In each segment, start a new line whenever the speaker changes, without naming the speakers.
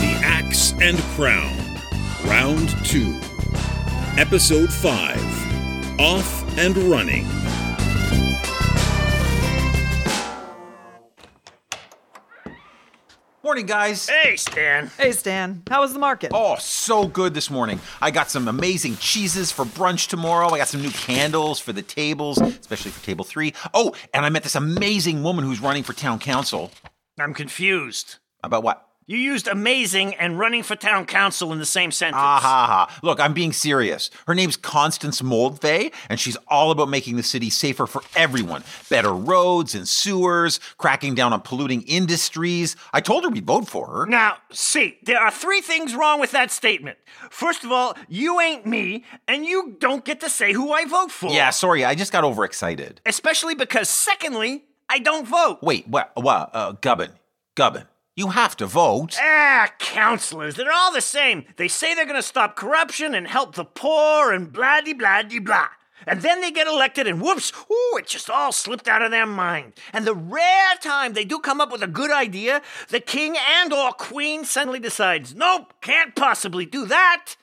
The Axe and Crown, Round 2, Episode 5 Off and Running.
Morning, guys.
Hey, Stan.
Hey, Stan. How was the market?
Oh, so good this morning. I got some amazing cheeses for brunch tomorrow. I got some new candles for the tables, especially for table three. Oh, and I met this amazing woman who's running for town council.
I'm confused.
About what?
You used amazing and running for town council in the same sentence.
Ah ha ha. Look, I'm being serious. Her name's Constance Moldvay, and she's all about making the city safer for everyone. Better roads and sewers, cracking down on polluting industries. I told her we'd vote for her.
Now, see, there are three things wrong with that statement. First of all, you ain't me, and you don't get to say who I vote for.
Yeah, sorry, I just got overexcited.
Especially because, secondly, I don't vote.
Wait, what? What? Uh, Gubbin. Gubbin. You have to vote.
Ah, counselors, they're all the same. They say they're going to stop corruption and help the poor and blah de blah de blah. And then they get elected, and whoops, ooh, it just all slipped out of their mind. And the rare time they do come up with a good idea, the king and or queen suddenly decides, nope, can't possibly do that.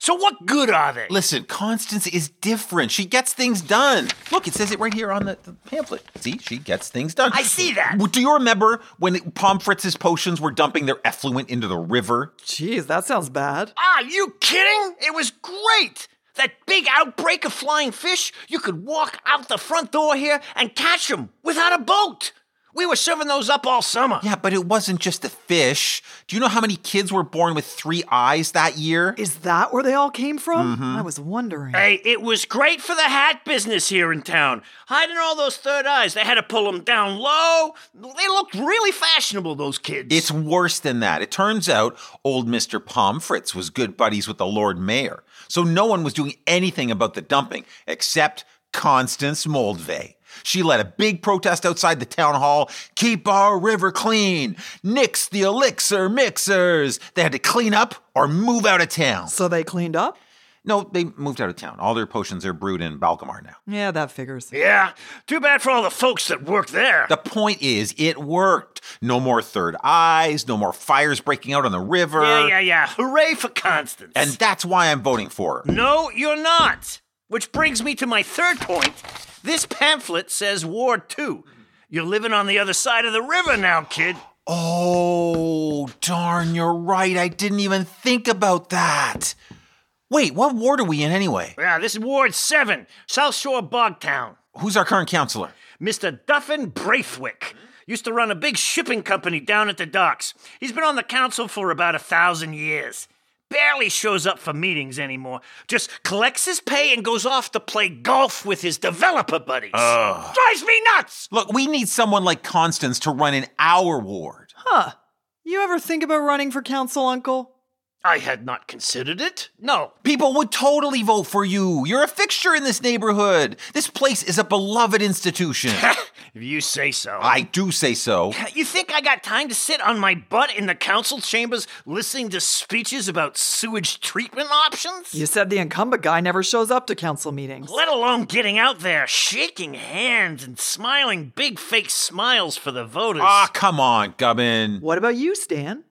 So what good are they?
Listen, Constance is different. She gets things done. Look, it says it right here on the, the pamphlet. See, she gets things done.
I see that.
Do you remember when Pomfritz's potions were dumping their effluent into the river?
Jeez, that sounds bad.
Are you kidding? It was great. That big outbreak of flying fish, you could walk out the front door here and catch them without a boat. We were serving those up all summer.
Yeah, but it wasn't just the fish. Do you know how many kids were born with three eyes that year?
Is that where they all came from? I was wondering.
Hey, it was great for the hat business here in town. Hiding all those third eyes, they had to pull them down low. They looked really fashionable, those kids.
It's worse than that. It turns out old Mr. Pomfritz was good buddies with the Lord Mayor. So no one was doing anything about the dumping except Constance Moldvay. She led a big protest outside the town hall. Keep our river clean. Nix the elixir mixers. They had to clean up or move out of town.
So they cleaned up?
No, they moved out of town. All their potions are brewed in Balgamar now.
Yeah, that figures.
yeah, too bad for all the folks that work there.
The point is, it worked. No more third eyes, no more fires breaking out on the river.
yeah, yeah, yeah. Hooray for Constance.
uh, And that's why I'm voting for her.
No, you're not. Which brings me to my third point. This pamphlet says War Two. You're living on the other side of the river now, kid.
Oh, darn, you're right. I didn't even think about that. Wait, what ward are we in anyway?
Yeah, this is Ward 7, South Shore Bogtown.
Who's our current counselor?
Mr. Duffin Braithwaite used to run a big shipping company down at the docks. He's been on the council for about a thousand years. Barely shows up for meetings anymore. Just collects his pay and goes off to play golf with his developer buddies. Drives me nuts!
Look, we need someone like Constance to run in our ward.
You ever think about running for council, Uncle?
I had not considered it. No,
People would totally vote for you. You're a fixture in this neighborhood. This place is a beloved institution.
if you say so.
I do say so.
You think I got time to sit on my butt in the council chambers listening to speeches about sewage treatment options?
You said the incumbent guy never shows up to council meetings.
Let alone getting out there, shaking hands and smiling big fake smiles for the voters.
Ah, come on, Gubbin.
What about you, Stan?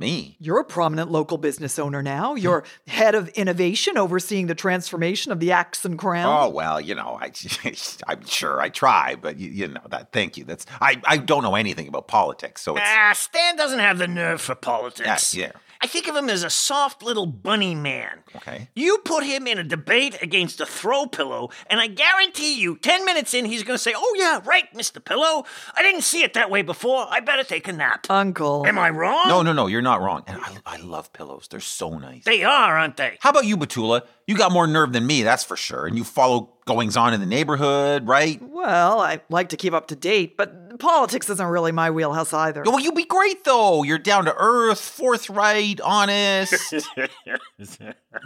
Me?
You're a prominent local business owner now. You're head of innovation overseeing the transformation of the Axe and Crown.
Oh well, you know, I, I'm sure I try, but you, you know that. Thank you. That's I, I don't know anything about politics, so it's
Ah, Stan doesn't have the nerve for politics.
Yeah, yeah.
I think of him as a soft little bunny man.
Okay.
You put him in a debate against a throw pillow, and I guarantee you, 10 minutes in, he's going to say, Oh, yeah, right, Mr. Pillow. I didn't see it that way before. I better take a nap.
Uncle.
Oh. Am I wrong?
no, no, no. You're not wrong. And I, I love pillows. They're so nice.
They are, aren't they?
How about you, Batula? You got more nerve than me, that's for sure. And you follow goings on in the neighborhood, right?
Well, I like to keep up to date, but politics isn't really my wheelhouse either.
Well, you'll be great though. You're down to earth, forthright, honest.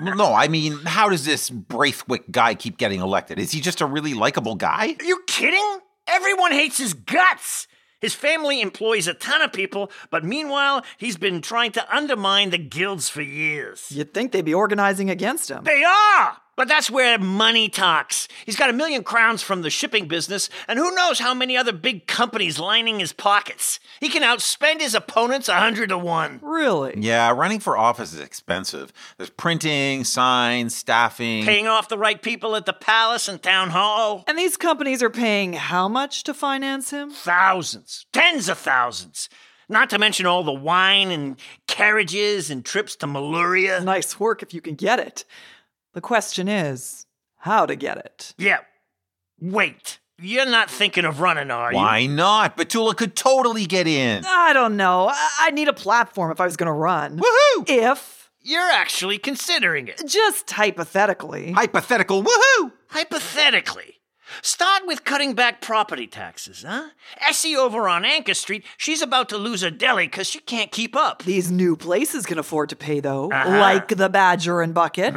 no, I mean, how does this Braithwaite guy keep getting elected? Is he just a really likable guy?
Are you kidding? Everyone hates his guts. His family employs a ton of people, but meanwhile, he's been trying to undermine the guilds for years.
You'd think they'd be organizing against him.
They are! But that's where money talks. He's got a million crowns from the shipping business, and who knows how many other big companies lining his pockets. He can outspend his opponents a hundred to one.
Really?
Yeah, running for office is expensive. There's printing, signs, staffing.
Paying off the right people at the palace and town hall.
And these companies are paying how much to finance him?
Thousands, tens of thousands. Not to mention all the wine and carriages and trips to Maluria.
Nice work if you can get it. The question is how to get it.
Yeah. Wait. You're not thinking of running, are you?
Why not? Batula could totally get in.
I don't know. I- I'd need a platform if I was going to run.
Woohoo!
If,
You're actually considering it.
just hypothetically,
Hypothetical woohoo!
Hypothetically. Start with cutting back property taxes, huh? Essie over on Anchor Street, she's about to lose her deli because she can't keep up.
these new places can afford to pay, though,
Uh-huh.
like the Badger and Bucket.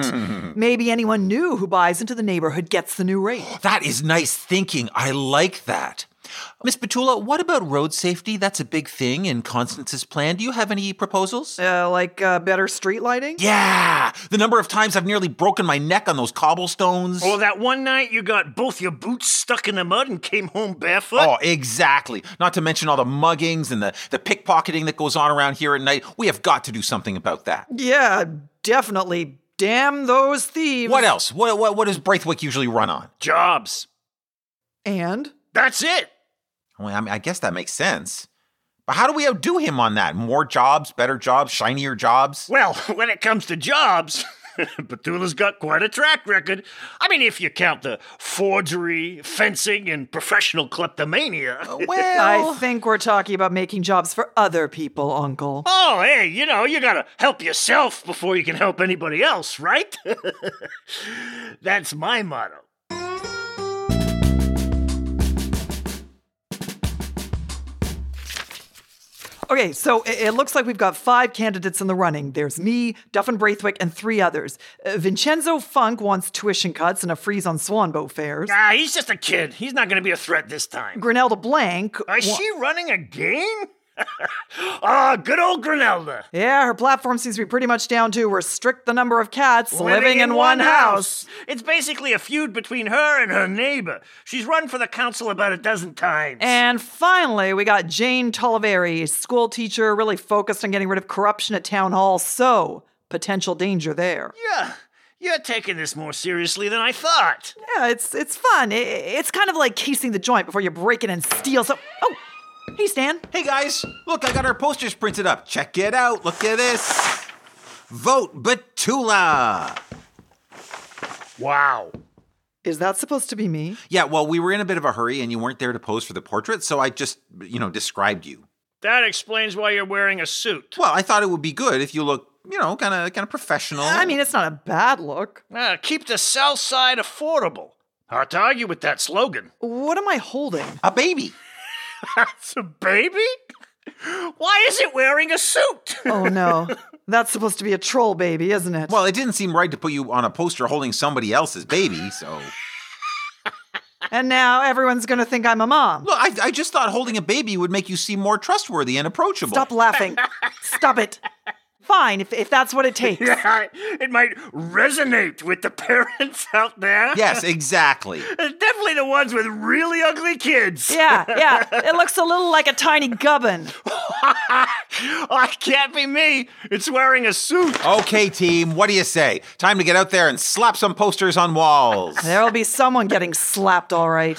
Maybe anyone new who buys into the neighborhood gets the new rate.
That is nice thinking. I like that. Miss Batula, what about road safety? That's a big thing in Constance's plan. Do you have any proposals?
Uh, like uh, better street lighting?
Yeah! The number of times I've nearly broken my neck on those cobblestones.
Or that one night you got both your boots stuck in the mud and came home barefoot?
Oh, exactly. Not to mention all the muggings and the, the pickpocketing that goes on around here at night. We have got to do something about that.
Yeah, definitely. Damn those thieves.
What else? What, what, what does Braithwaite usually run on?
Jobs.
And
That's it.
Well, I, mean, I guess that makes sense. But how do we outdo him on that? More jobs, better jobs, shinier jobs?
Well, when it comes to jobs, Petula's got quite a track record. I mean, if you count the forgery, fencing, and professional
Oh,
kleptomania.
I
Well,
think we're talking about making jobs for other people, Uncle.
Oh, hey, you know, you gotta help yourself before you can help anybody else, right? That's my motto.
Okay, so it, it looks like we've got five candidates in the running. There's me, Duffin Braithwaite, and three others. Uh, Vincenzo Funk wants tuition cuts and a freeze on swan boat fares.
Ah, he's just a kid. He's not gonna be a threat this time.
Grinelda Blank.
Is she running a game? Ah, good old Granelda.
Yeah, her platform seems to be pretty much down to restrict the number of cats living, in, one house.
It's basically a feud between her and her neighbor. She's run for the council about a dozen times.
And finally, we got Jane Tolaveri, school teacher, really focused on getting rid of corruption at town hall. So, potential danger there.
yeah, you're taking this more seriously than I thought.
Yeah, it's it's fun. I- I- it's kind of like casing the joint before you break it and steal some. Oh, hey Stan.
hey guys, look, I got our posters printed up. Check it out. Look at this. Vote Batula.
Wow.
Is that supposed to be me?
Yeah, well, we were in a bit of a hurry and you weren't there to pose for the portrait, so I just, you know, described you.
That explains why you're wearing a suit.
Well, I thought it would be good if you look, you know, kind of kind of professional.
I mean, it's not a bad look.
Ah, keep the South Side affordable. Hard to argue with that slogan.
What am I holding?
a baby.
That's a baby? Why is it wearing a suit?
Oh no, that's supposed to be a troll baby, isn't it?
Well, it didn't seem right to put you on a poster holding somebody else's baby, so
and now everyone's gonna think I'm a mom.
Look, I, I just thought holding a baby would make you seem more trustworthy and approachable.
Stop laughing. Stop it. Fine, if if that's what it takes.
it might resonate with the parents out there.
Yes, exactly.
Definitely the ones with really ugly kids.
Yeah, yeah. It looks a little like a tiny gubbin.
oh, it can't be me. It's wearing a suit.
Okay, team, what do you say? Time to get out there and slap some posters on walls.
There'll be someone getting slapped, all right.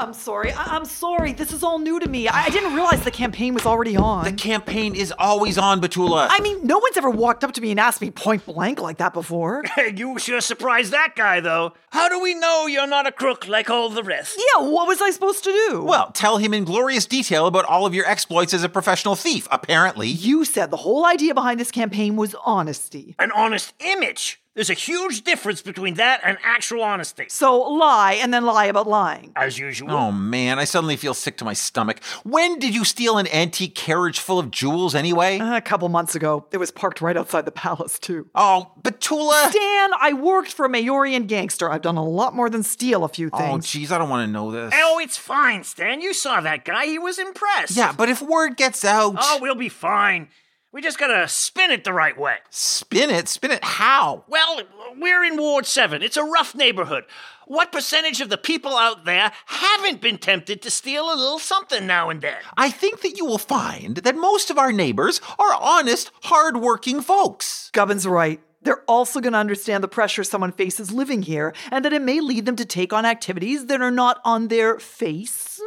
I'm sorry. I- I'm sorry. This is all new to me. I, I didn't realize the campaign was already
The
on.
campaign is always on, Batula.
I mean, no one's ever walked up to me and asked me point blank like that before.
Hey, you sure surprised that guy, though. How do we know you're not a crook like all the rest?
Yeah, what was I supposed to do?
well, tell him in glorious detail about all of your exploits as a professional thief, apparently.
you said the whole idea behind this campaign was honesty.
An honest image. There's a huge difference between that and actual honesty.
So lie and then lie about lying.
As usual.
Oh man, I suddenly feel sick to my stomach. When did you steal an antique carriage full of jewels anyway?
A couple months ago, it was parked right outside the palace, too.
oh, Batula.
Dan, I worked for a Maorian gangster. I've done a lot more than steal a few
Oh,
things.
jeez, I don't want to know this.
Oh, it's fine, Stan. You saw that guy. He was impressed.
Yeah, but if word gets out,
Oh, we'll be fine. We just gotta spin it the right way.
spin it, spin it. How?
Well, we're in Ward 7. It's a rough neighborhood. What percentage of the people out there haven't been tempted to steal a little something now and then?
I think that you will find that most of our neighbors are honest, hardworking folks.
Gubbin's right. They're also going to understand the pressure someone faces living here and that it may lead them to take on activities that are not on their face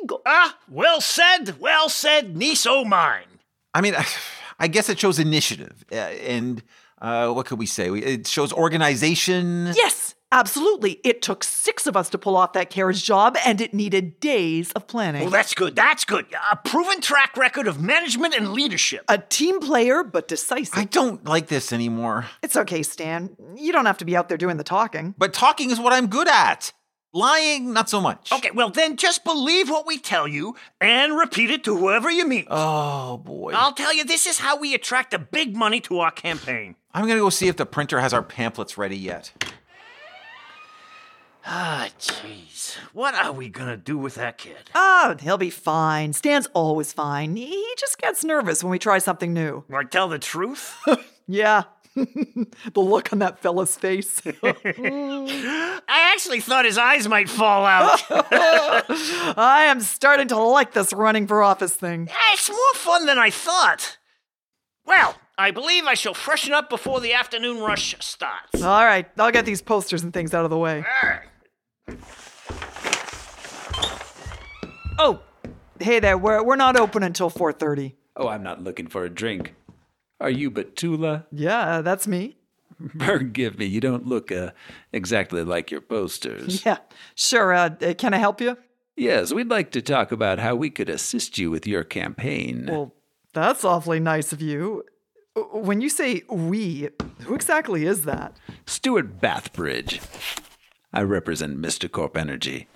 legal.
Ah, well said, well said, niece o' mine.
I mean, I guess it shows initiative, uh, and uh, what could we say? We- It shows organization.
Yes, absolutely. It took six of us to pull off that carriage job and it needed days of planning.
Well, that's good, that's good. A proven track record of management and leadership.
a team player, but decisive.
I don't like this anymore.
it's okay, Stan. You don't have to be out there doing the talking.
But talking is what I'm good at. Lying, not so much.
Okay, well, then just believe what we tell you and repeat it to whoever you meet.
Oh boy.
I'll tell you, this is how we attract the big money to our campaign.
I'm gonna go see if the printer has our pamphlets ready yet.
Ah, jeez. What are we gonna do with that kid?
Oh, he'll be fine. Stan's always fine. He- He just gets nervous when we try something new.
Or tell the truth?
Yeah. the look on that fella's face.
I actually thought his eyes might fall out.
I am starting to like this running for office thing.
Ah, it's more fun than I thought. Well, I believe I shall freshen up before the afternoon rush starts.
All right, I'll get these posters and things out of the way.
Arr.
Oh, hey there. We're we're not open until 4:30.
Oh, I'm not looking for a drink. Are you Batula?
Yeah, that's me. Mm-hmm.
Forgive me, you don't look uh, exactly like your posters.
Yeah. Sure. Uh, uh, can I help you?
Yes, we'd like to talk about how we could assist you with your campaign.
Well, that's awfully nice of you. W- When you say we, who exactly is that?
Stuart Bathbridge. I represent Mr. Corp Energy.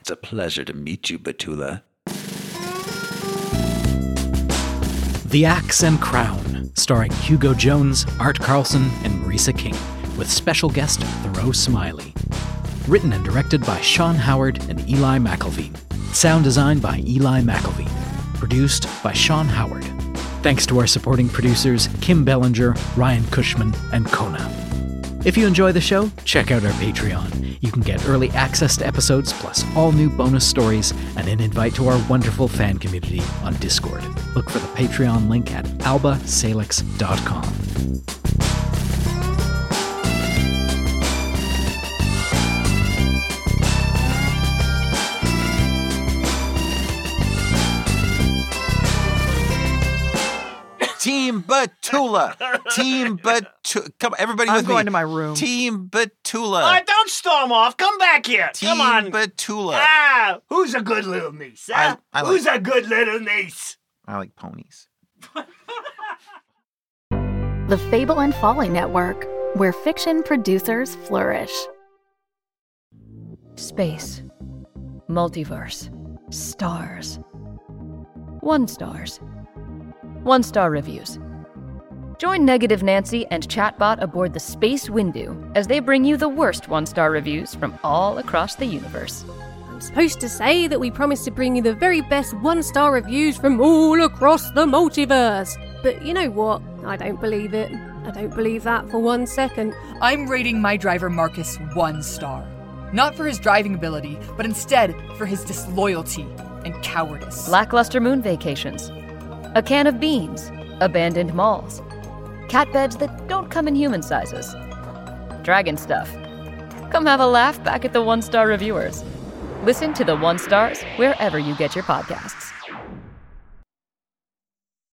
It's a pleasure to meet you, Batula.
The Axe and Crown, starring Hugo Jones, Art Carlson, and Marisa King, with special guest Thoreau Smiley. Written and directed by Sean Howard and Eli McElveen. Sound designed by Eli McElveen. Produced by Sean Howard. Thanks to our supporting producers Kim Bellinger, Ryan Cushman, and Kona. If you enjoy the show, check out our Patreon. You can get early access to episodes, plus all new bonus stories, and an invite to our wonderful fan community on Discord. Look for the Patreon link at albasalix.com.
Team Batula. Team Batula. Come, everybody
I'm
with me.
going to my room.
Team Batula.
Ah, don't storm off. Come back here.
Team
Come on.
Batula.
ah, who's a good little niece? Huh?
I- I
who's a good little niece?
I like ponies.
The Fable and Folly Network, where fiction producers flourish.
Space. Multiverse. Stars. One stars. One star reviews. Join Negative Nancy and Chatbot aboard the Space Windu as they bring you the worst one star reviews from all across the universe.
I'm supposed to say that we promise to bring you the very best one star reviews from all across the multiverse. But you know what? I don't believe it. I don't believe that for one second.
I'm rating my driver Marcus one star. Not for his driving ability, but instead for his disloyalty and cowardice.
Lackluster moon vacations. A can of beans. Abandoned malls. Cat beds that don't come in human sizes. Dragon stuff. Come have a laugh back at the one star reviewers. Listen to the one stars wherever you get your podcasts.